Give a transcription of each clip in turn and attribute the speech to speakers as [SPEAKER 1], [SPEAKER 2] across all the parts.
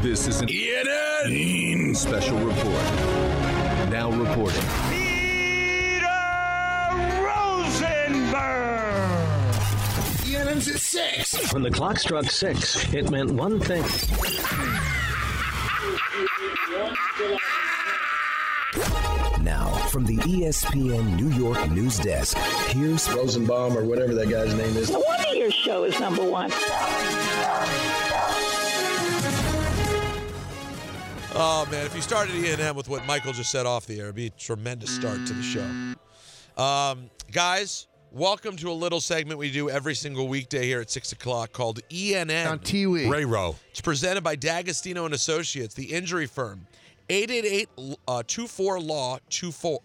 [SPEAKER 1] This is an ENN special report. Now reporting. ENN's at 6.
[SPEAKER 2] When the clock struck six, it meant one thing.
[SPEAKER 3] Now, from the E ESPN New York news desk, here's
[SPEAKER 4] Rosenbaum or whatever that guy's name is.
[SPEAKER 5] No wonder your show is number one.
[SPEAKER 6] Oh man, if you started ENM with what Michael just said off the air, it'd be a tremendous start to the show. Um, guys, welcome to a little segment we do every single weekday here at six o'clock called ENN
[SPEAKER 7] On Tiwi.
[SPEAKER 8] Ray Rowe.
[SPEAKER 6] It's presented by D'Agostino and Associates, the injury firm. 888 uh, 24 Law 24.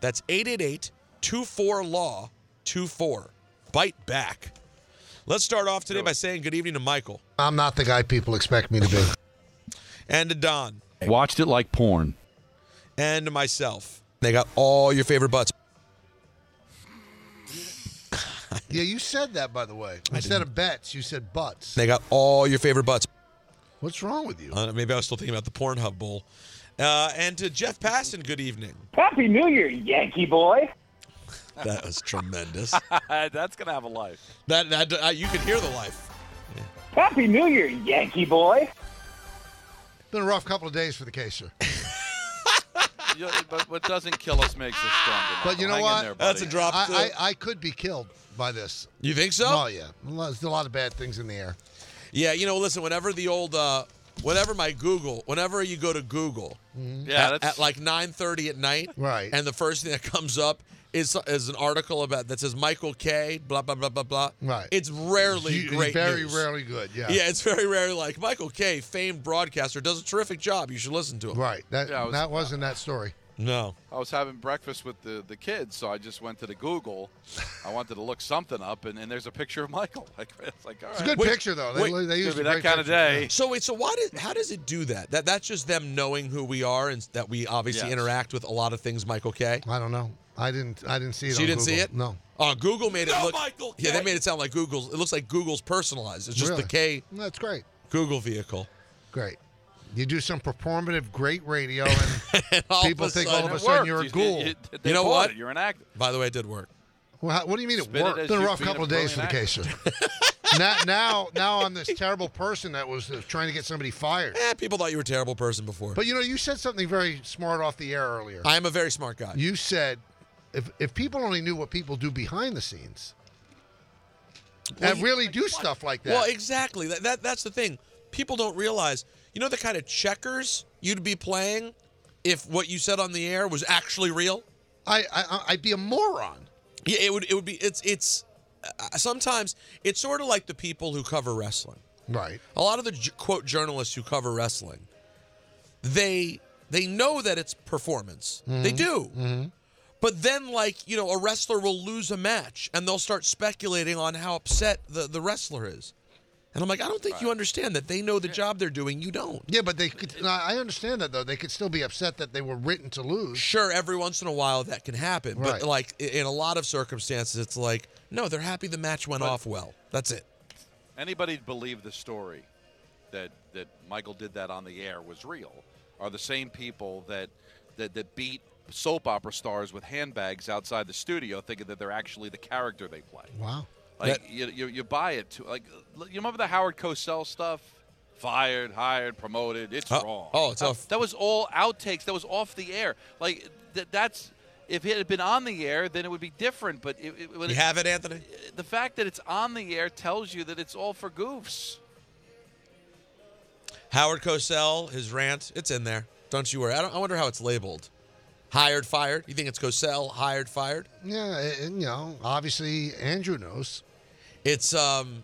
[SPEAKER 6] That's 888 24 Law 24. Bite back. Let's start off today by saying good evening to Michael
[SPEAKER 7] I'm not the guy people expect me to be.
[SPEAKER 6] and to Don
[SPEAKER 9] Watched it like porn.
[SPEAKER 6] and to myself. They got all your favorite butts.
[SPEAKER 7] yeah, you said that, by the way. Instead of bets, you said butts.
[SPEAKER 6] They got all your favorite butts.
[SPEAKER 7] What's wrong with you?
[SPEAKER 6] Uh, maybe I was still thinking about the Pornhub Bowl. Uh, and to Jeff Passon, good evening.
[SPEAKER 10] Happy New Year, Yankee boy.
[SPEAKER 6] That was tremendous.
[SPEAKER 8] That's gonna have a life.
[SPEAKER 6] that that uh, you could hear the life.
[SPEAKER 10] Happy New Year, Yankee boy.
[SPEAKER 7] Been a rough couple of days for the caser.
[SPEAKER 8] You- but what doesn't kill us makes us stronger.
[SPEAKER 7] But you
[SPEAKER 8] Michael.
[SPEAKER 7] know
[SPEAKER 8] Hang
[SPEAKER 7] what?
[SPEAKER 8] In there, buddy.
[SPEAKER 6] That's a drop. too.
[SPEAKER 7] I, I, I could be killed by this.
[SPEAKER 6] you think so?
[SPEAKER 7] Oh, yeah. There's a lot of bad things in the air.
[SPEAKER 6] Yeah, you know, listen, whenever the old uh whenever my Google, whenever you go to Google
[SPEAKER 8] Yeah,
[SPEAKER 6] at, at
[SPEAKER 8] that's
[SPEAKER 6] like 9:30 at night,
[SPEAKER 7] Mm-hmm. Right.
[SPEAKER 6] And the first thing that comes up is is an article about that says Michael K blah blah blah blah blah.
[SPEAKER 7] Right.
[SPEAKER 6] It's rarely
[SPEAKER 7] You-
[SPEAKER 6] great
[SPEAKER 7] Very
[SPEAKER 6] news.
[SPEAKER 7] rarely good. Yeah.
[SPEAKER 6] Yeah, it's very rarely like Michael K, famed broadcaster, does a terrific job. You should listen to him.
[SPEAKER 7] Right. That,
[SPEAKER 8] Yeah, I was-
[SPEAKER 7] that wasn't that story.
[SPEAKER 6] No.
[SPEAKER 8] I was having breakfast with the, the kids, so I just went to the Google. I wanted to look something up, and, and there's a picture of Michael. Like, it's like, all right,
[SPEAKER 7] It's a good
[SPEAKER 6] Wait,
[SPEAKER 7] picture, though. They,
[SPEAKER 6] wait.
[SPEAKER 7] they
[SPEAKER 8] it's
[SPEAKER 7] used
[SPEAKER 8] gonna
[SPEAKER 7] a
[SPEAKER 8] be
[SPEAKER 7] great
[SPEAKER 8] that kind of
[SPEAKER 7] picture, yeah.
[SPEAKER 8] day.
[SPEAKER 6] So wait, so why did how does it do that? That that's just them knowing who we are and that we obviously
[SPEAKER 8] Yes.
[SPEAKER 6] interact with a lot of things Michael K.
[SPEAKER 7] I don't know. I didn't. I didn't see it.
[SPEAKER 6] So you
[SPEAKER 7] on
[SPEAKER 6] didn't see
[SPEAKER 7] Google.
[SPEAKER 6] it?
[SPEAKER 7] No.
[SPEAKER 6] Oh, Google made it
[SPEAKER 8] No,
[SPEAKER 6] look.
[SPEAKER 8] Michael
[SPEAKER 6] yeah, they
[SPEAKER 8] K.
[SPEAKER 6] made it sound like Google's. It looks like Google's personalized. It's just the
[SPEAKER 7] Really?
[SPEAKER 6] K
[SPEAKER 7] That's great.
[SPEAKER 6] Google vehicle.
[SPEAKER 7] Great. You do some performative great radio, and
[SPEAKER 6] And all
[SPEAKER 7] People
[SPEAKER 6] of a
[SPEAKER 7] think
[SPEAKER 6] sudden,
[SPEAKER 7] all of
[SPEAKER 8] And
[SPEAKER 7] a
[SPEAKER 8] it
[SPEAKER 7] sudden
[SPEAKER 8] worked.
[SPEAKER 7] you're a
[SPEAKER 8] You-
[SPEAKER 7] ghoul.
[SPEAKER 8] You, they
[SPEAKER 6] You know
[SPEAKER 8] bought
[SPEAKER 6] what?
[SPEAKER 8] it. You're an actor.
[SPEAKER 6] By the way, it did work.
[SPEAKER 7] well, how- what do you mean it
[SPEAKER 8] Spin it
[SPEAKER 7] worked?
[SPEAKER 8] as
[SPEAKER 7] been a
[SPEAKER 8] you
[SPEAKER 7] rough
[SPEAKER 8] being a
[SPEAKER 7] couple of days for the
[SPEAKER 8] brilliant
[SPEAKER 7] case. now, now, now I'm this terrible person that was uh, trying to get somebody fired.
[SPEAKER 6] Eh, people thought you were a terrible person before.
[SPEAKER 7] But you know, you said something very smart off the air earlier.
[SPEAKER 6] I am a very smart guy.
[SPEAKER 7] You said, if if people only knew what people do behind the scenes, that really do stuff like that.
[SPEAKER 6] Well, exactly. That, that that's the thing. People don't realize. You know the kind of checkers you'd be playing if what you said on the air was actually real.
[SPEAKER 7] I, I I- I'd be a moron.
[SPEAKER 6] Yeah, it would. It would be. It's it's. Uh, sometimes it's sort of like the people who cover wrestling.
[SPEAKER 7] Right.
[SPEAKER 6] a lot of the j- quote journalists who cover wrestling they they know that it's performance they
[SPEAKER 8] Mm-hmm.
[SPEAKER 6] do but then like you know a wrestler will lose a match and they'll start speculating on how upset the, the wrestler is and i'm like i don't think you understand that they know the job they're doing you don't
[SPEAKER 7] Yeah, but they could. no, I understand that though. They could still be upset that they were written to lose.
[SPEAKER 6] sure every once in a while that can happen
[SPEAKER 7] Right.
[SPEAKER 6] but like i- in a lot of circumstances it's like no they're happy the match went off well that's it
[SPEAKER 8] Anybody believe the story that that Michael did that on the air was real? Are the same people that that, that beat soap opera stars with handbags outside the studio, thinking that they're actually the character they play?
[SPEAKER 7] Wow.
[SPEAKER 8] Like
[SPEAKER 6] That-
[SPEAKER 8] you, you, you buy it to like you remember the Howard Cosell stuff? Fired, hired, promoted. It's
[SPEAKER 6] Oh,
[SPEAKER 8] wrong.
[SPEAKER 6] oh, it's
[SPEAKER 8] Uh,
[SPEAKER 6] off-
[SPEAKER 8] That was all outtakes. That was off the air. Like th- that's if it had been on the air, then it would be different. But it, it, when
[SPEAKER 6] you
[SPEAKER 8] it-
[SPEAKER 6] have it anthony
[SPEAKER 8] the fact that it's on the air tells you that it's all for goofs.
[SPEAKER 6] Howard Cosell, his rant, it's in there. Don't you worry. I, don't, I wonder how it's labeled. Hired, fired. You think it's Cosell, hired, fired?
[SPEAKER 7] Yeah, and, you know, obviously Andrew knows.
[SPEAKER 6] It's um,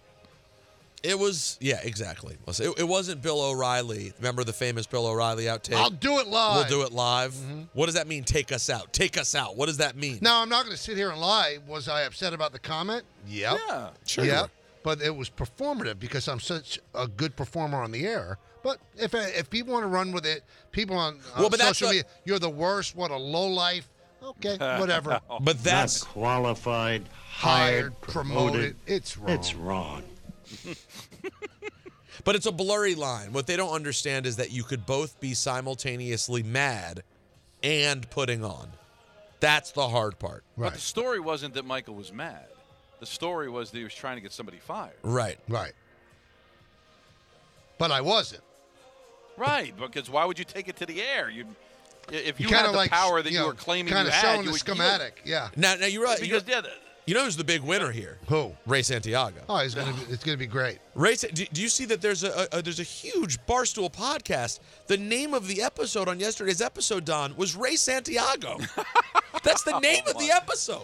[SPEAKER 6] it was yeah, exactly. Listen, It, it wasn't Bill O'Reilly. Remember the famous Bill O'Reilly outtake?
[SPEAKER 7] I'll do it live.
[SPEAKER 6] We'll do it live. What does that mean? Take us out. Take us out. What does that mean?
[SPEAKER 7] Now I'm not going to sit here and lie. Was I upset about the comment? Yep.
[SPEAKER 8] Yeah.
[SPEAKER 6] Sure.
[SPEAKER 7] Yep. But it was performative because I'm such a good performer on the air. But if if people want to run with it, people on, on
[SPEAKER 6] Well, but that's
[SPEAKER 7] social
[SPEAKER 6] the-
[SPEAKER 7] media, you're the worst. What a low life. Okay, whatever.
[SPEAKER 8] Oh,
[SPEAKER 6] But that's
[SPEAKER 11] qualified,
[SPEAKER 7] Hired, promoted. It's wrong.
[SPEAKER 11] wrong.
[SPEAKER 6] But it's a blurry line. What they don't understand is that you could both be simultaneously mad and putting on. That's the hard part.
[SPEAKER 8] But the story wasn't that Michael was mad. The story was that he was trying to get somebody fired.
[SPEAKER 6] Right.
[SPEAKER 7] Right. But I wasn't.
[SPEAKER 8] Right, because why would you take it to the air? You, if you,
[SPEAKER 7] kinda
[SPEAKER 8] had the
[SPEAKER 7] like,
[SPEAKER 8] power that you,
[SPEAKER 7] know,
[SPEAKER 8] were claiming
[SPEAKER 7] kinda
[SPEAKER 8] you had,
[SPEAKER 7] showing
[SPEAKER 8] you
[SPEAKER 7] the
[SPEAKER 8] would
[SPEAKER 7] schematic. Yeah.
[SPEAKER 6] Now, now you realize
[SPEAKER 8] Yield. Because
[SPEAKER 6] Uh, you,
[SPEAKER 8] yeah, the-
[SPEAKER 6] you know who's the big winner here?
[SPEAKER 7] Who?
[SPEAKER 6] Ray Santiago.
[SPEAKER 7] Oh, he's gonna. Be, it's gonna be great.
[SPEAKER 6] Ray, Sa- do, do you see that there's a, a there's a huge barstool podcast? The name of the episode on yesterday's episode, Don, was Ray Santiago. That's
[SPEAKER 7] Oh,
[SPEAKER 6] the name of the episode.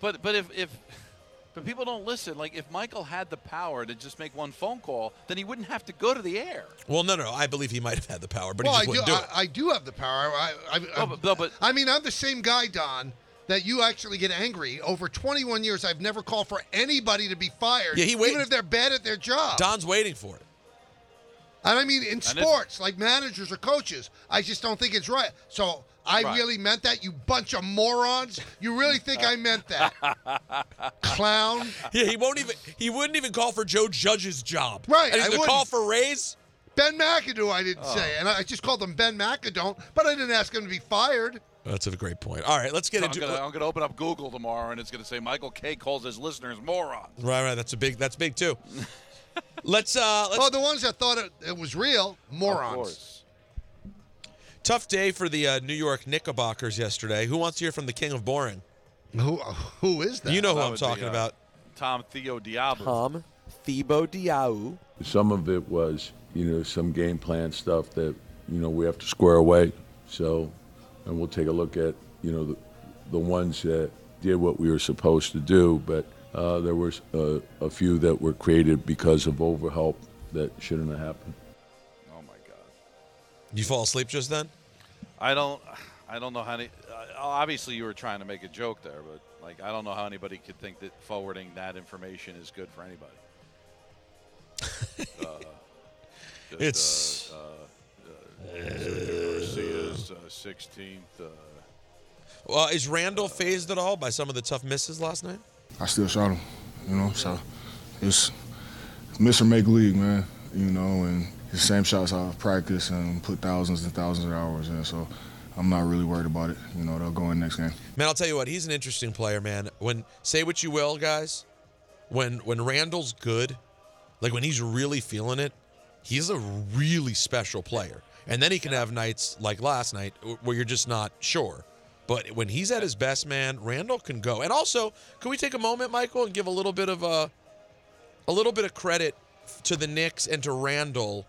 [SPEAKER 8] But but if if but people don't listen. Like if Michael had the power to just make one phone call, then he wouldn't have to go to the air.
[SPEAKER 6] Well, no, no, I believe he might have had the power, but
[SPEAKER 7] well,
[SPEAKER 6] he
[SPEAKER 7] I
[SPEAKER 6] just
[SPEAKER 7] do.
[SPEAKER 6] wouldn't do, it.
[SPEAKER 7] I, I do have the power. I. I, I,
[SPEAKER 8] No, but- no, but-
[SPEAKER 7] I mean, I'm the same guy, Don. That you actually get angry over 21 years. I've never called for anybody to be fired.
[SPEAKER 6] Yeah, he waited-
[SPEAKER 7] even if they're bad at their job.
[SPEAKER 6] Don's waiting for it.
[SPEAKER 7] And I mean, in
[SPEAKER 8] it's-
[SPEAKER 7] sports, like managers or coaches, I just don't think it's right. So I
[SPEAKER 8] Right.
[SPEAKER 7] really meant that, you bunch of morons. You really think I meant that, clown?
[SPEAKER 6] Yeah, he won't even. He wouldn't even call for Joe Judge's job.
[SPEAKER 7] Right,
[SPEAKER 6] And he's
[SPEAKER 7] I
[SPEAKER 6] gonna
[SPEAKER 7] wouldn't.
[SPEAKER 6] call for Ray's.
[SPEAKER 7] Ben McAdoo, I didn't say, and I I just called him Ben McAdoo, but I didn't ask him to be fired.
[SPEAKER 6] That's a great point. All right, let's get
[SPEAKER 8] I'm
[SPEAKER 6] into.
[SPEAKER 8] gonna, I'm gonna open up Google tomorrow, and it's gonna say Michael K calls his listeners morons.
[SPEAKER 6] right, right. That's a big. That's big too. let's. uh let's,
[SPEAKER 7] Oh, the ones that thought it, it was real,
[SPEAKER 8] Of
[SPEAKER 7] morons.
[SPEAKER 8] course.
[SPEAKER 6] Tough day for the uh, New York Knickerbockers yesterday. Who wants to hear from the king of boring?
[SPEAKER 7] Who who is that?
[SPEAKER 6] You know who
[SPEAKER 8] That
[SPEAKER 6] I'm
[SPEAKER 8] would be,
[SPEAKER 6] talking
[SPEAKER 8] uh,
[SPEAKER 6] about.
[SPEAKER 8] Tom Theo Diablo.
[SPEAKER 9] Tom Thibaut Diaou.
[SPEAKER 11] Some of it was, you know, some game plan stuff that, you know, we have to square away. So, and we'll take a look at, you know, the, the ones that did what we were supposed to do. But uh, there was a, a few that were created because of overhelp that shouldn't have happened.
[SPEAKER 8] Oh my God.
[SPEAKER 6] You fall asleep just then?
[SPEAKER 8] I don't. I don't know how. Any, uh, obviously, you were trying to make a joke there, but like, I don't know how anybody could think that forwarding that information is good for anybody. uh,
[SPEAKER 6] It's-
[SPEAKER 8] uh, uh, uh, Garcia's sixteenth. Uh,
[SPEAKER 6] Well, is Randall phased at all by some of the tough misses last night?
[SPEAKER 11] I still shot him, you know, so it's miss or make league, man, you know, and the same shots I've practiced and put thousands and thousands of hours in. So I'm not really worried about it. You know, they'll go in next game.
[SPEAKER 6] Man, I'll tell you what, he's an interesting player, man. When say what you will, guys, when when Randall's good, like when he's really feeling it, he's a really special player. And then he can have nights like last night w- where you're just not sure. But when he's at his best, man, Randall can go. And also, can we take a moment, Michael, and give a little bit of a a little bit of credit to the Knicks and to Randall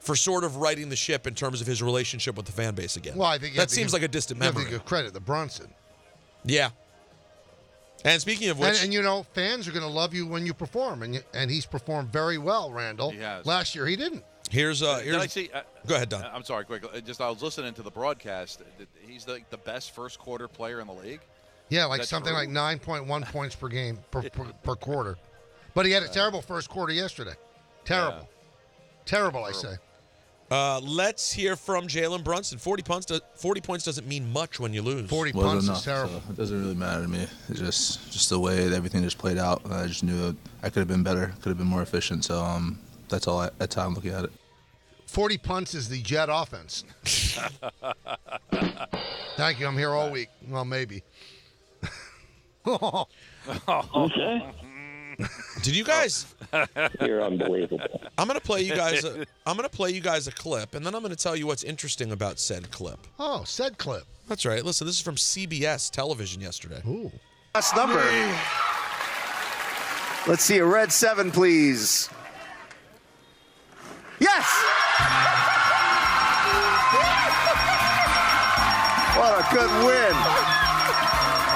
[SPEAKER 6] for sort of righting the ship in terms of his relationship with the fan base again.
[SPEAKER 7] Well, I think you
[SPEAKER 6] that
[SPEAKER 7] have to
[SPEAKER 6] seems
[SPEAKER 7] give-
[SPEAKER 6] like a distant
[SPEAKER 7] you have to
[SPEAKER 6] memory.
[SPEAKER 7] give credit the Brunson.
[SPEAKER 6] Yeah. And speaking of which,
[SPEAKER 7] And, and you know, fans are going to love you when you perform, and you- and he's performed very well, Randall.
[SPEAKER 8] He has.
[SPEAKER 7] Last year he didn't.
[SPEAKER 6] here's uh,
[SPEAKER 8] did I
[SPEAKER 6] here's
[SPEAKER 8] see? Uh,
[SPEAKER 6] Go ahead, Don.
[SPEAKER 8] I- I'm sorry, quick. uh, Just I was listening to the broadcast. Th- He's like the best first quarter player in the league.
[SPEAKER 7] Yeah, like
[SPEAKER 8] That's
[SPEAKER 7] something
[SPEAKER 8] true.
[SPEAKER 7] like 9.1 points per game per, per, per quarter. But he had a terrible first quarter yesterday. Terrible. Terrible, I say.
[SPEAKER 6] uh, let's hear from Jalen Brunson. Forty points, do, forty points doesn't mean much when you lose.
[SPEAKER 7] 40
[SPEAKER 11] Wasn't
[SPEAKER 7] punts
[SPEAKER 11] enough,
[SPEAKER 7] is terrible.
[SPEAKER 11] so it doesn't really matter to me. It's just just the way that everything just played out. and I just knew I could have been better, could have been more efficient. So um, that's all I, that's how I'm looking at it.
[SPEAKER 7] 40 punts is the Jet offense. Thank you. I'm here all week. Well, maybe. Oh,
[SPEAKER 5] Okay,
[SPEAKER 6] Did you guys?
[SPEAKER 8] Oh.
[SPEAKER 2] You're unbelievable.
[SPEAKER 6] I'm gonna play you guys. A, I'm gonna play you guys a clip, and then I'm gonna tell you what's interesting about said clip.
[SPEAKER 7] Oh, said clip.
[SPEAKER 6] That's right. Listen, this is from CBS Television yesterday.
[SPEAKER 7] Ooh.
[SPEAKER 9] Last number. Let's see a red seven, please. Yes! What a good win.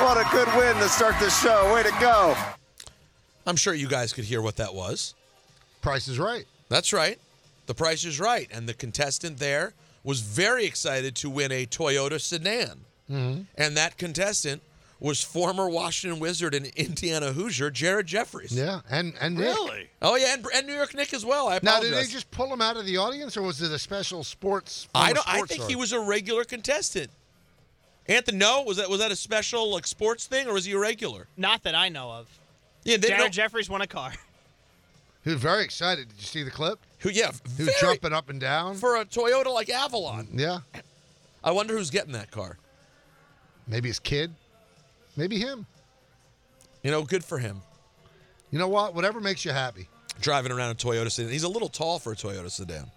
[SPEAKER 9] What a good win to start the show. Way to go.
[SPEAKER 6] I'm sure you guys could hear what that was.
[SPEAKER 7] Price is right.
[SPEAKER 6] That's right. The price is right. And the contestant there was very excited to win a Toyota sedan.
[SPEAKER 7] Mm-hmm.
[SPEAKER 6] And that contestant was former Washington Wizard and Indiana Hoosier Jared Jeffries.
[SPEAKER 7] Yeah. And and Nick.
[SPEAKER 6] Oh, yeah. And, and New York Nick as well. I
[SPEAKER 7] Now,
[SPEAKER 6] apologize.
[SPEAKER 7] did they just pull him out of the audience, or was it a special sports?
[SPEAKER 6] I,
[SPEAKER 7] former
[SPEAKER 6] don't, I
[SPEAKER 7] sports
[SPEAKER 6] think
[SPEAKER 7] star?
[SPEAKER 6] he was a regular contestant. Anthony, no? Was that was that a special like sports thing or was he a regular?
[SPEAKER 12] Not that I know of.
[SPEAKER 6] Yeah, they,
[SPEAKER 12] Jared
[SPEAKER 6] no,
[SPEAKER 12] Jeffries won a car.
[SPEAKER 7] He was very excited. Did you see the clip?
[SPEAKER 6] Who? Yeah,
[SPEAKER 7] Who's
[SPEAKER 6] very-
[SPEAKER 7] jumping up and down?
[SPEAKER 6] for a Toyota like Avalon.
[SPEAKER 7] Yeah.
[SPEAKER 6] I wonder who's getting that car.
[SPEAKER 7] Maybe his kid. Maybe him.
[SPEAKER 6] You know, good for him.
[SPEAKER 7] You know what? Whatever makes you happy.
[SPEAKER 6] Driving around a Toyota sedan. He's a little tall for a Toyota sedan.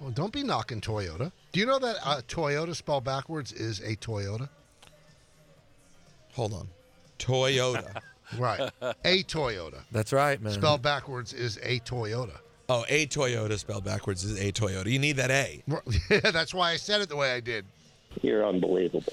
[SPEAKER 7] Well, don't be knocking Toyota. Do you know that uh, Toyota spelled backwards is a Toyota?
[SPEAKER 6] Hold on. Toyota.
[SPEAKER 7] Right. a Toyota.
[SPEAKER 6] That's right, man.
[SPEAKER 7] Spelled backwards is a Toyota.
[SPEAKER 6] Oh, a Toyota spelled backwards is a Toyota. You need that A.
[SPEAKER 7] That's why I said it the way I did.
[SPEAKER 2] You're unbelievable.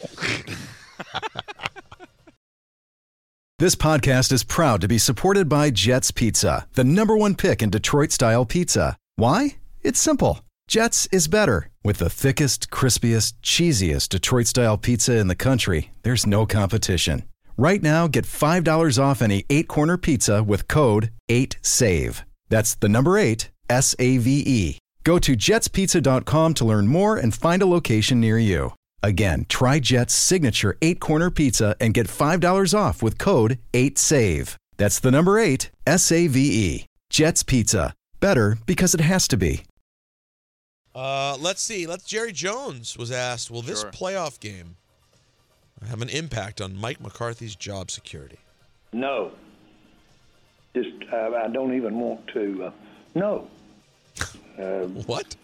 [SPEAKER 12] This podcast is proud to be supported by Jets Pizza, the number one pick in Detroit style pizza. Why? It's simple. Jets is better. With the thickest, crispiest, cheesiest Detroit style pizza in the country, there's no competition. Right now, get $5 off any eight corner pizza with code 8SAVE. That's the number eight, S A V E. Go to jetspizza.com to learn more and find a location near you. Again, try Jet's signature eight corner pizza and get $5 off with code 8SAVE. That's the number eight, S A V E. Jet's Pizza. Better because it has to be.
[SPEAKER 6] Uh, let's see. Let's. Jerry Jones was asked, "Will this playoff game have an impact on Mike McCarthy's job security?"
[SPEAKER 13] No. Just, uh, I don't even want to. Uh, no. Uh,
[SPEAKER 6] what?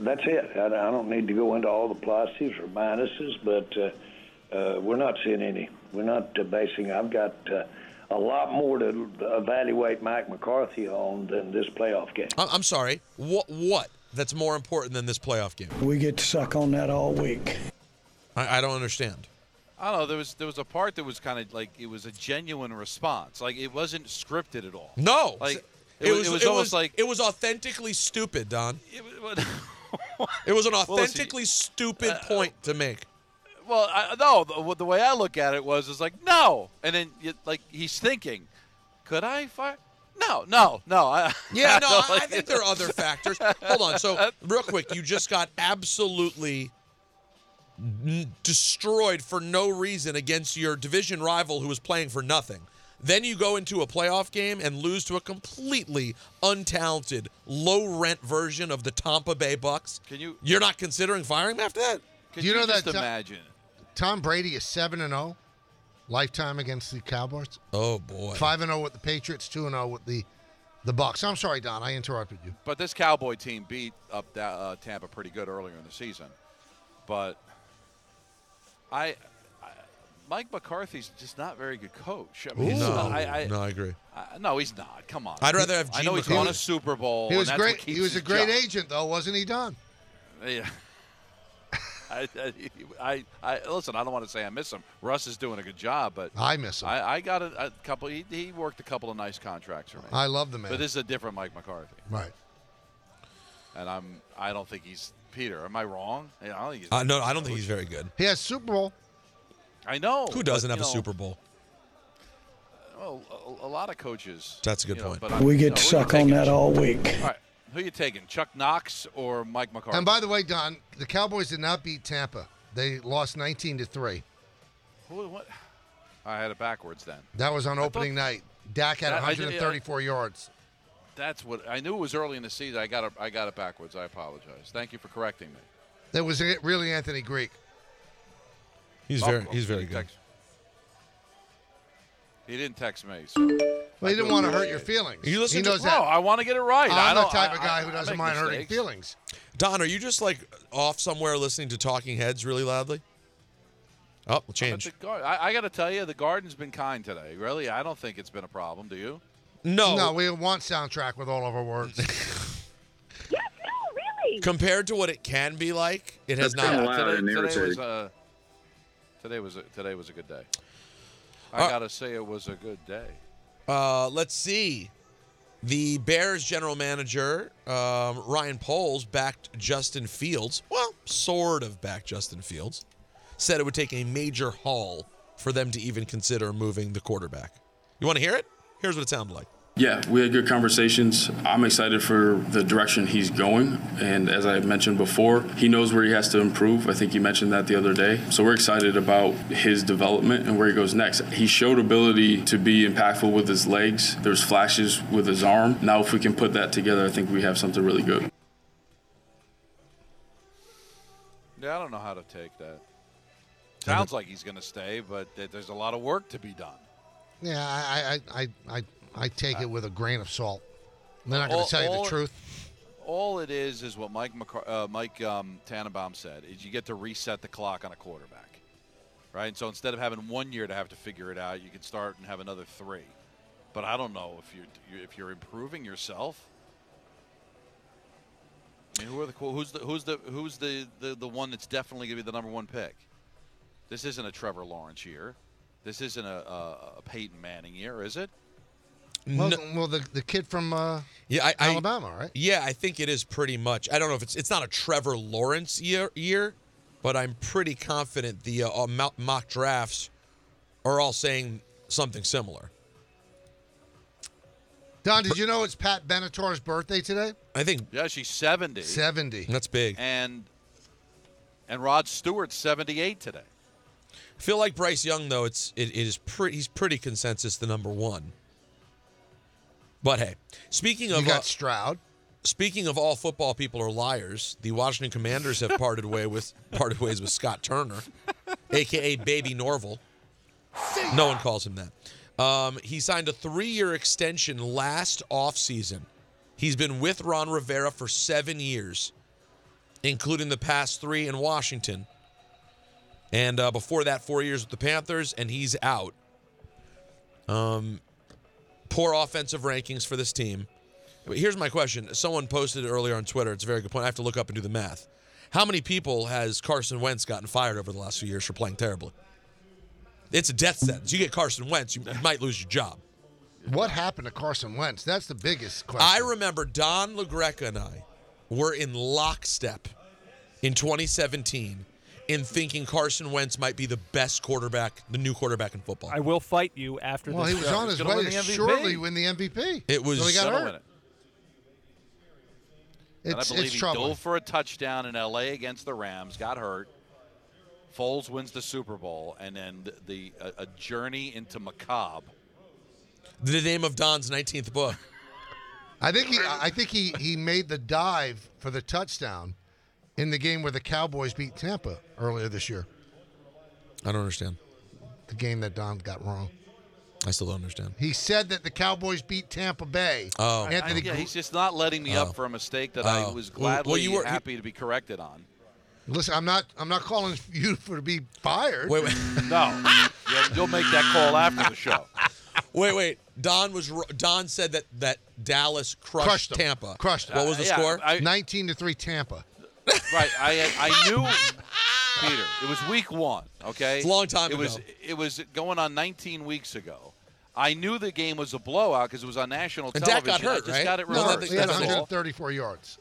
[SPEAKER 13] That's it. I, I don't need to go into all the pluses or minuses, but uh, uh, we're not seeing any. We're not uh, basing. I've got uh, a lot more to evaluate Mike McCarthy on than this playoff game.
[SPEAKER 6] I- I'm sorry. What? What? That's more important than this playoff game.
[SPEAKER 14] We get to suck on that all week.
[SPEAKER 6] I, I don't understand.
[SPEAKER 8] I don't know. There was there was a part that was kind of like it was a genuine response. Like it wasn't scripted at all.
[SPEAKER 6] No.
[SPEAKER 8] Like it, was, it was almost like
[SPEAKER 6] it was authentically stupid, Don. It was, an authentically stupid
[SPEAKER 8] Uh,
[SPEAKER 6] point to make.
[SPEAKER 8] well, I, no. The, the way I look at it was is like no, and then you, like he's thinking, could I fire? No, no, no. I,
[SPEAKER 6] Yeah,
[SPEAKER 8] I
[SPEAKER 6] no,
[SPEAKER 8] don't
[SPEAKER 6] I, I
[SPEAKER 8] like
[SPEAKER 6] think
[SPEAKER 8] it.
[SPEAKER 6] there are other factors. Hold on. So, real quick, you just got absolutely n- destroyed for no reason against your division rival who was playing for nothing. Then you go into a playoff game and lose to a completely untalented, low rent version of the Tampa Bay Bucks.
[SPEAKER 8] Can you?
[SPEAKER 6] You're not considering firing him after that?
[SPEAKER 8] Could
[SPEAKER 7] Do you you know just that-
[SPEAKER 8] imagine?
[SPEAKER 7] Tom Brady is 7 and 0 lifetime against the Cowboys.
[SPEAKER 6] Oh boy.
[SPEAKER 7] 5 and 0 with the Patriots, 2 and 0 with the the Bucks. I'm sorry, Don, I interrupted you.
[SPEAKER 8] But this Cowboy team beat up da- uh, Tampa pretty good earlier in the season. But I, I Mike McCarthy's just not a very good coach. I mean, he's
[SPEAKER 6] no,
[SPEAKER 8] not- I, I,
[SPEAKER 6] no, I agree.
[SPEAKER 8] I- no, he's not. Come on.
[SPEAKER 6] I'd rather have
[SPEAKER 8] I
[SPEAKER 6] Gene
[SPEAKER 8] know he's
[SPEAKER 6] McCarthy.
[SPEAKER 8] won a Super Bowl.
[SPEAKER 7] He
[SPEAKER 8] Oh, and
[SPEAKER 7] was
[SPEAKER 8] that's
[SPEAKER 7] great.
[SPEAKER 8] what keeps
[SPEAKER 7] He was a
[SPEAKER 8] his
[SPEAKER 7] great
[SPEAKER 8] job.
[SPEAKER 7] agent though, wasn't he, Don?
[SPEAKER 8] Yeah. I, I, I, I listen. I don't want to say I miss him. Russ is doing a good job, but
[SPEAKER 7] I miss him.
[SPEAKER 8] I, I got a, a couple. He, he worked a couple of nice contracts for me.
[SPEAKER 7] I love the man.
[SPEAKER 8] But this is a different Mike McCarthy.
[SPEAKER 7] Right.
[SPEAKER 8] and I'm I don't think he's Peter. Am I wrong? I don't think he's,
[SPEAKER 6] Uh, no, I don't think he's very good.
[SPEAKER 7] He has Super Bowl.
[SPEAKER 8] I know.
[SPEAKER 6] Who doesn't have
[SPEAKER 8] but, you
[SPEAKER 6] a
[SPEAKER 8] know,
[SPEAKER 6] Super Bowl?
[SPEAKER 8] well, a, a lot of coaches.
[SPEAKER 6] That's a good
[SPEAKER 8] you know,
[SPEAKER 6] point.
[SPEAKER 8] but I'm-
[SPEAKER 14] We get
[SPEAKER 8] you know,
[SPEAKER 14] to
[SPEAKER 8] who are you
[SPEAKER 14] suck on
[SPEAKER 8] taking?
[SPEAKER 14] that all week.
[SPEAKER 8] All right, who you taking? Chuck Knox or Mike McCarthy?
[SPEAKER 7] And by the way, Don, the Cowboys did not beat Tampa. They lost 19 to 3.
[SPEAKER 8] Who- what? I had it backwards then.
[SPEAKER 7] That was on
[SPEAKER 8] I
[SPEAKER 7] opening
[SPEAKER 8] thought-
[SPEAKER 7] night. Dak had
[SPEAKER 8] I- I-
[SPEAKER 7] 134 yards.
[SPEAKER 8] That's what I knew. It was early in the season. I got it. I got it backwards. I apologize. Thank you for correcting me.
[SPEAKER 7] That was it- really Anthony Greek.
[SPEAKER 6] He's
[SPEAKER 8] Oh,
[SPEAKER 6] very
[SPEAKER 8] oh,
[SPEAKER 6] he's very
[SPEAKER 8] he
[SPEAKER 6] good.
[SPEAKER 8] text- He didn't text me. So
[SPEAKER 7] Well, he didn't want to hurt your feelings.
[SPEAKER 6] You listen
[SPEAKER 7] he
[SPEAKER 6] to-
[SPEAKER 7] knows
[SPEAKER 8] no,
[SPEAKER 7] that.
[SPEAKER 8] I want to get it right. I
[SPEAKER 7] I'm the
[SPEAKER 8] don't-
[SPEAKER 7] type
[SPEAKER 8] I-
[SPEAKER 7] of guy
[SPEAKER 8] I-
[SPEAKER 7] who
[SPEAKER 8] I
[SPEAKER 7] doesn't
[SPEAKER 8] make
[SPEAKER 7] mind hurting
[SPEAKER 8] mistakes.
[SPEAKER 7] feelings.
[SPEAKER 6] Don, are you just like off somewhere listening to Talking Heads really loudly? Oh, we'll
[SPEAKER 8] But
[SPEAKER 6] change.
[SPEAKER 8] the gar- I, I got to tell you, the garden's been kind today. Really, I don't think it's been a problem. Do you? Oh.
[SPEAKER 6] No,
[SPEAKER 7] No, we want soundtrack with all of our words.
[SPEAKER 5] Oh,
[SPEAKER 6] Compared to what it can be like, it has not.
[SPEAKER 8] today, today was a today was a, today was a good day. I
[SPEAKER 6] Uh,
[SPEAKER 8] gotta say, it was a good day.
[SPEAKER 6] Uh, let's see. The Bears general manager, um, Ryan Poles, backed Justin Fields. Well, sort of backed Justin Fields. Said it would take a major haul for them to even consider moving the quarterback. You want to hear it? Here's what it sounded like.
[SPEAKER 15] Yeah, we had good conversations. I'm excited for the direction he's going. And as I mentioned before, he knows where he has to improve. I think you mentioned that the other day. So we're excited about his development and where he goes next. He showed ability to be impactful with his legs, there's flashes with his arm. Now, if we can put that together, I think we have something really good.
[SPEAKER 8] Yeah, I don't know how to take that. Sounds like he's going to stay, but th- there's a lot of work to be done.
[SPEAKER 7] Yeah, I I I I, I take it with a grain of salt. They're not going
[SPEAKER 8] All-
[SPEAKER 7] to tell you
[SPEAKER 8] all-
[SPEAKER 7] the truth.
[SPEAKER 8] All it is is what Mike McCar- uh, Mike um, Tannenbaum said: is you get to reset the clock on a quarterback, right? And so instead of having one year to have to figure it out, you can start and have another three. But I don't know if you're if you're improving yourself. I mean, who are the who's the who's the who's the the, the one that's definitely going to be the number one pick? This isn't a Trevor Lawrence year. This isn't a, a, a Peyton Manning year, is it?
[SPEAKER 7] Well, well the, the kid from uh,
[SPEAKER 6] Yeah, I, I-
[SPEAKER 7] Alabama, right?
[SPEAKER 6] Yeah, I think it is pretty much. I don't know if it's it's not a Trevor Lawrence year, year but I'm pretty confident the uh, uh, mo- mock drafts are all saying something similar.
[SPEAKER 7] Don, did you know it's Pat Benatar's birthday today?
[SPEAKER 8] Uh,
[SPEAKER 6] I think.
[SPEAKER 8] Yeah, she's seventy.
[SPEAKER 7] Seventy.
[SPEAKER 6] That's big.
[SPEAKER 8] And and Rod Stewart's seventy-eight today.
[SPEAKER 6] I feel like Bryce Young though. It's it, it is pretty. He's pretty consensus the number one. But hey, speaking of
[SPEAKER 7] You got
[SPEAKER 6] uh,
[SPEAKER 7] Stroud.
[SPEAKER 6] Speaking of all football people are liars, the Washington Commanders have parted way with parted ways with Scott Turner, aka Baby Norville. No one calls him that. Um, he signed a three-year extension last offseason. He's been with Ron Rivera for seven years, including the past three in Washington, and uh, before that, four years with the Panthers, and he's out. Um, poor offensive rankings for this team. But here's my question. Someone posted it earlier on Twitter. It's a very good point. I have to look up and do the math. How many people has Carson Wentz gotten fired over the last few years for playing terribly? It's a death sentence. You get Carson Wentz, you, you might lose your job.
[SPEAKER 7] What happened to Carson Wentz? That's the biggest question.
[SPEAKER 6] I remember Don LaGreca and I were in lockstep in 2017 in thinking Carson Wentz might be the best quarterback, the new quarterback in football.
[SPEAKER 16] I will fight you after
[SPEAKER 7] Well,
[SPEAKER 16] this.
[SPEAKER 7] he was
[SPEAKER 16] show.
[SPEAKER 7] on his
[SPEAKER 16] Gonna
[SPEAKER 7] way
[SPEAKER 16] win
[SPEAKER 7] to
[SPEAKER 16] the MVP.
[SPEAKER 7] surely win the MVP.
[SPEAKER 6] It was-
[SPEAKER 7] So he got
[SPEAKER 6] Gonna
[SPEAKER 7] hurt.
[SPEAKER 6] win
[SPEAKER 8] And I
[SPEAKER 7] It's-
[SPEAKER 8] believe
[SPEAKER 7] it's
[SPEAKER 8] he
[SPEAKER 7] troubling.
[SPEAKER 8] dove for a touchdown in L.A. against the Rams, got hurt. Foles wins the Super Bowl, and then the, the a, a journey into macabre.
[SPEAKER 6] The name of Don's 19th book.
[SPEAKER 7] I think he I think he, he made the dive for the touchdown in the game where the Cowboys beat Tampa earlier this year.
[SPEAKER 6] I don't understand.
[SPEAKER 7] The game that Don got wrong.
[SPEAKER 6] I still don't understand.
[SPEAKER 7] He said that the Cowboys beat Tampa Bay.
[SPEAKER 6] Oh.
[SPEAKER 8] I-
[SPEAKER 7] Anthony
[SPEAKER 8] yeah,
[SPEAKER 7] Gr-
[SPEAKER 8] he's just not letting me
[SPEAKER 7] Oh.
[SPEAKER 8] up for a mistake that I
[SPEAKER 7] Oh.
[SPEAKER 8] was
[SPEAKER 7] Well, well,
[SPEAKER 8] gladly
[SPEAKER 7] you were-
[SPEAKER 8] happy to be corrected on.
[SPEAKER 7] Listen, I'm not I'm not calling you for to be fired.
[SPEAKER 6] Wait, wait.
[SPEAKER 8] No, you'll, you'll make that call after the show.
[SPEAKER 6] Wait, wait. Don was ro- Don said that that Dallas crushed,
[SPEAKER 7] Crushed 'em.
[SPEAKER 6] Tampa.
[SPEAKER 7] Crushed 'em.
[SPEAKER 6] What was the
[SPEAKER 8] Uh, yeah,
[SPEAKER 6] score?
[SPEAKER 8] I-
[SPEAKER 7] 19 to 3 Tampa.
[SPEAKER 8] Right. I I knew Peter. It was week one. Okay.
[SPEAKER 6] It's a long time
[SPEAKER 8] it was
[SPEAKER 6] ago.
[SPEAKER 8] it was going on 19 weeks ago. I knew the game was a blowout because it was on national
[SPEAKER 7] And Dak
[SPEAKER 8] television.
[SPEAKER 7] got
[SPEAKER 8] I
[SPEAKER 7] hurt,
[SPEAKER 8] just
[SPEAKER 7] right?
[SPEAKER 8] got it
[SPEAKER 7] No,
[SPEAKER 8] reversed.
[SPEAKER 7] he had
[SPEAKER 8] That's all.
[SPEAKER 7] 134 yards.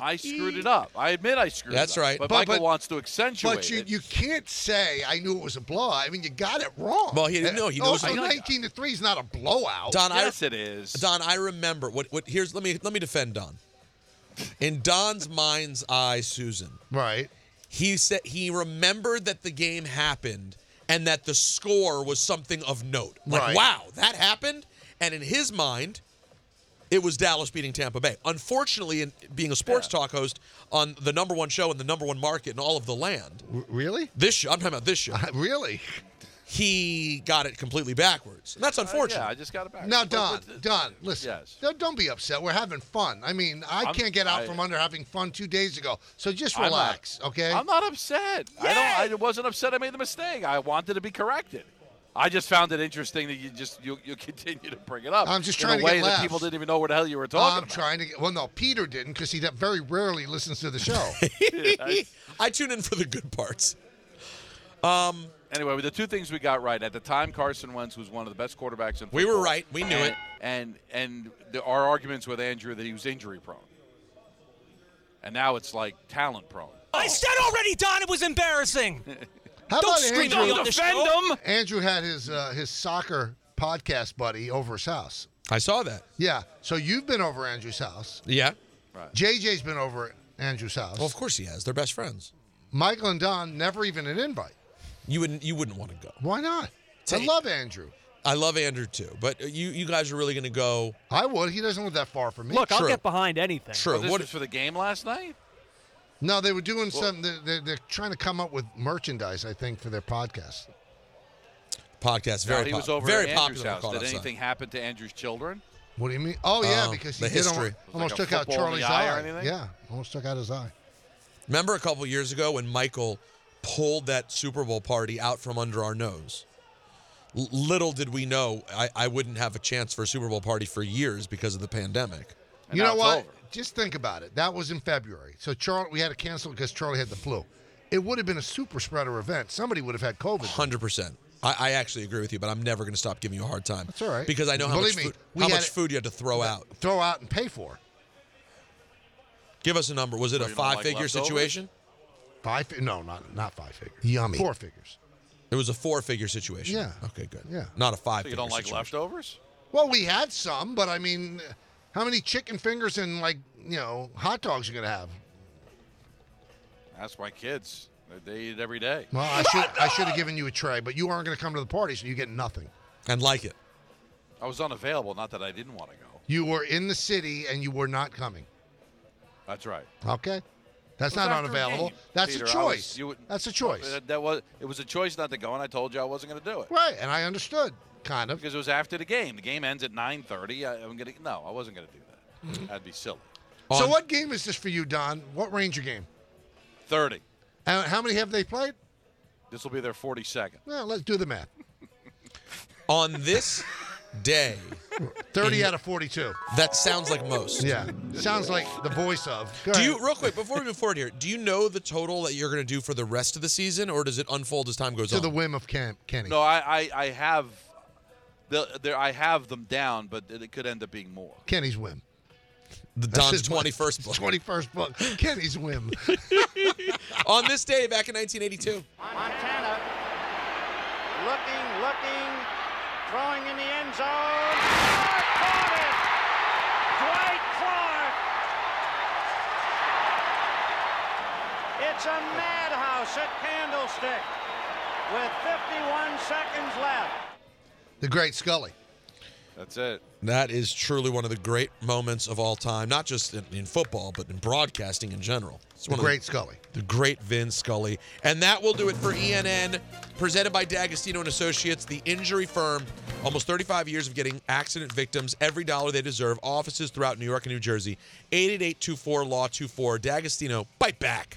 [SPEAKER 8] I screwed it up. I admit I screwed
[SPEAKER 7] That's
[SPEAKER 8] it up.
[SPEAKER 7] right.
[SPEAKER 8] But,
[SPEAKER 7] But-
[SPEAKER 8] Michael
[SPEAKER 7] but-
[SPEAKER 8] wants to accentuate
[SPEAKER 7] But you,
[SPEAKER 8] it.
[SPEAKER 7] you can't say I knew it was a blowout. I mean, you got it wrong.
[SPEAKER 6] Well, he didn't know. He knows-
[SPEAKER 7] also
[SPEAKER 6] I know.
[SPEAKER 7] 19 to 3 is not a blowout.
[SPEAKER 6] Don, I,
[SPEAKER 8] it is.
[SPEAKER 6] Don, I remember what. What here's let me let me defend Don. In Don's mind's eye, Susan.
[SPEAKER 7] Right.
[SPEAKER 6] He said he remembered that the game happened and that the score was something of note. Like
[SPEAKER 17] Right.
[SPEAKER 6] wow, that happened. And in his mind, it was Dallas beating Tampa Bay. Unfortunately, in being a sports talk host on the number one show in the number one market in all of the land,
[SPEAKER 7] really?
[SPEAKER 6] This show. I'm talking about this show.
[SPEAKER 7] really?
[SPEAKER 6] He got it completely backwards. And that's unfortunate.
[SPEAKER 8] Uh, yeah, I just got it back.
[SPEAKER 7] Now,
[SPEAKER 8] But-
[SPEAKER 7] Don,
[SPEAKER 8] but-
[SPEAKER 7] Don, listen. Don't, don't be upset. We're having fun. I mean, I
[SPEAKER 8] I'm-
[SPEAKER 7] can't get out
[SPEAKER 8] I-
[SPEAKER 7] from under having fun two days ago. So just
[SPEAKER 8] I'm not-
[SPEAKER 7] relax, okay?
[SPEAKER 8] I'm not upset. I don't. I wasn't upset. I made the mistake. I wanted to be corrected. I just found it interesting that you just you you continue to bring it up.
[SPEAKER 7] I'm just
[SPEAKER 8] in
[SPEAKER 7] trying
[SPEAKER 8] a
[SPEAKER 7] to
[SPEAKER 8] way
[SPEAKER 7] get
[SPEAKER 8] that
[SPEAKER 7] laughs.
[SPEAKER 8] people didn't even know where the hell you were
[SPEAKER 7] I'm
[SPEAKER 8] talking.
[SPEAKER 7] trying to get. Well, no, Peter didn't because he very rarely listens to the show.
[SPEAKER 8] I-
[SPEAKER 6] I tune in for the good parts. Um,
[SPEAKER 8] anyway, the two things we got right at the time, Carson Wentz was one of the best quarterbacks in. Football,
[SPEAKER 6] We were right. We knew
[SPEAKER 8] and,
[SPEAKER 6] it.
[SPEAKER 8] And and the, our arguments with Andrew that he was injury prone, and now it's like talent prone.
[SPEAKER 7] Oh,
[SPEAKER 18] I said already, Don, it was embarrassing.
[SPEAKER 7] How
[SPEAKER 18] Don't
[SPEAKER 7] about
[SPEAKER 18] scream at
[SPEAKER 7] Andrew?
[SPEAKER 18] me on the Defend show. him.
[SPEAKER 7] Andrew had his uh, his soccer podcast buddy over his house.
[SPEAKER 6] I saw that.
[SPEAKER 7] Yeah. So you've been over Andrew's house.
[SPEAKER 6] Yeah.
[SPEAKER 7] Right. JJ's been over at Andrew's house.
[SPEAKER 6] Well, of course he has. They're best friends.
[SPEAKER 7] Michael and Don never even an invite.
[SPEAKER 6] You wouldn't. You wouldn't want to go.
[SPEAKER 7] Why not? I
[SPEAKER 6] Take-
[SPEAKER 7] love Andrew.
[SPEAKER 6] I love Andrew too, but you you guys are really going to go.
[SPEAKER 7] I would. He doesn't live that far from me.
[SPEAKER 16] Look, I'll get behind anything.
[SPEAKER 6] True.
[SPEAKER 8] Well, this
[SPEAKER 6] What-
[SPEAKER 8] was for the game last night.
[SPEAKER 7] No, they were doing
[SPEAKER 8] Well-
[SPEAKER 7] something. They're, they're, they're trying to come up with merchandise, I think, for their podcast.
[SPEAKER 6] Podcast
[SPEAKER 8] No,
[SPEAKER 6] very
[SPEAKER 8] he
[SPEAKER 6] pop-
[SPEAKER 8] was over
[SPEAKER 6] very
[SPEAKER 8] at Andrew's
[SPEAKER 6] popular.
[SPEAKER 8] house.
[SPEAKER 6] call
[SPEAKER 8] Did
[SPEAKER 6] outside.
[SPEAKER 8] anything happen to Andrew's children?
[SPEAKER 7] What do you mean? Oh yeah,
[SPEAKER 8] Um,
[SPEAKER 6] Oh,
[SPEAKER 7] because he
[SPEAKER 6] the
[SPEAKER 7] did al-
[SPEAKER 6] history.
[SPEAKER 7] almost
[SPEAKER 8] Like a
[SPEAKER 7] took out
[SPEAKER 8] football in
[SPEAKER 7] Charlie's
[SPEAKER 8] the
[SPEAKER 7] eye.
[SPEAKER 8] eye or anything?
[SPEAKER 7] Yeah, almost took out his eye.
[SPEAKER 6] Remember a couple years ago when Michael pulled that Super Bowl party out from under our nose? L- little did we know I, I wouldn't have a chance for a Super Bowl party for years because of the pandemic.
[SPEAKER 7] you know what? Just think about it. That was in February. So Charlie, we had to cancel because Charlie had the flu. It would have been a super spreader event. Somebody would have had COVID.
[SPEAKER 6] Hundred percent. I, I actually agree with you, but I'm never going to stop giving you a hard time. That's
[SPEAKER 7] all right.
[SPEAKER 6] Because I know how
[SPEAKER 7] Believe
[SPEAKER 6] much
[SPEAKER 7] me,
[SPEAKER 6] food,
[SPEAKER 7] we
[SPEAKER 6] how
[SPEAKER 7] had
[SPEAKER 6] much
[SPEAKER 7] it-
[SPEAKER 6] food you had to throw out.
[SPEAKER 7] Throw out and pay for.
[SPEAKER 6] Give us a number. Was it
[SPEAKER 7] Well,
[SPEAKER 6] a
[SPEAKER 7] you don't like
[SPEAKER 6] five figure
[SPEAKER 7] leftovers?
[SPEAKER 6] situation?
[SPEAKER 7] Five? fi- No, not not five figures. Yummy. Four figures.
[SPEAKER 6] It was a four figure situation.
[SPEAKER 7] Yeah.
[SPEAKER 6] Okay. Good.
[SPEAKER 7] Yeah.
[SPEAKER 6] Not a five.
[SPEAKER 8] So you don't like leftovers?
[SPEAKER 7] Well, we had some, but I mean, how many chicken fingers and like you know hot dogs you gonna have?
[SPEAKER 8] That's my kids. They- They eat it every day.
[SPEAKER 7] Well, I should I should have given you a tray, but you aren't gonna come to the party, so you get nothing.
[SPEAKER 6] And like it.
[SPEAKER 8] I was unavailable. Not that I didn't want to go.
[SPEAKER 7] You were in the city and you were not coming.
[SPEAKER 8] That's right.
[SPEAKER 7] Okay, that's
[SPEAKER 8] It was
[SPEAKER 7] not
[SPEAKER 8] after a
[SPEAKER 7] unavailable.
[SPEAKER 8] game,
[SPEAKER 7] That's
[SPEAKER 8] Peter.
[SPEAKER 7] a
[SPEAKER 8] I
[SPEAKER 7] choice.
[SPEAKER 8] was- you would-
[SPEAKER 7] that's a choice.
[SPEAKER 8] That, that was. It was a choice not to go, and I told you I wasn't going to do it.
[SPEAKER 7] Right, and I understood kind of.
[SPEAKER 8] Because it was after the game. The game ends at 9:30. I, I'm going to. No, I wasn't going to do that.
[SPEAKER 7] Mm-hmm.
[SPEAKER 8] That'd be silly.
[SPEAKER 7] So what game is this for you, Don? What Ranger game?
[SPEAKER 8] 30.
[SPEAKER 7] And how many have they played?
[SPEAKER 8] This will be their 42nd.
[SPEAKER 7] Well, let's do the math.
[SPEAKER 6] On this day,
[SPEAKER 7] 30 out of 42.
[SPEAKER 6] That sounds like most.
[SPEAKER 7] Yeah. Sounds like the voice of. Go
[SPEAKER 6] do
[SPEAKER 7] ahead.
[SPEAKER 6] you real quick before we move forward here? Do you know the total that you're going to do for the rest of the season, or does it unfold as time goes
[SPEAKER 7] to
[SPEAKER 6] on?
[SPEAKER 7] the whim of Cam, Kenny.
[SPEAKER 8] No, I, I, I have. The, there, I have them down, but it it could end up being more.
[SPEAKER 7] Kenny's whim.
[SPEAKER 6] The Don's twenty first book.
[SPEAKER 7] Twenty first book. Kenny's whim.
[SPEAKER 6] on this day back in 1982.
[SPEAKER 17] Montana looking, looking, throwing in the end zone. Clark caught it. Dwight Clark. It's a madhouse at Candlestick with 51 seconds left.
[SPEAKER 7] The Great Scully.
[SPEAKER 8] That's it.
[SPEAKER 6] That is truly one of the great moments of all time, not just in, in football, but in broadcasting in general. It's
[SPEAKER 7] The
[SPEAKER 6] one of
[SPEAKER 7] Great Scully.
[SPEAKER 6] The great Vin Scully. And that will do it for ENN, presented by D'Agostino and Associates, the injury firm. Almost 35 years of getting accident victims every dollar they deserve. Offices throughout New York and New Jersey. 888-24-LAW-24. D'Agostino, bite back.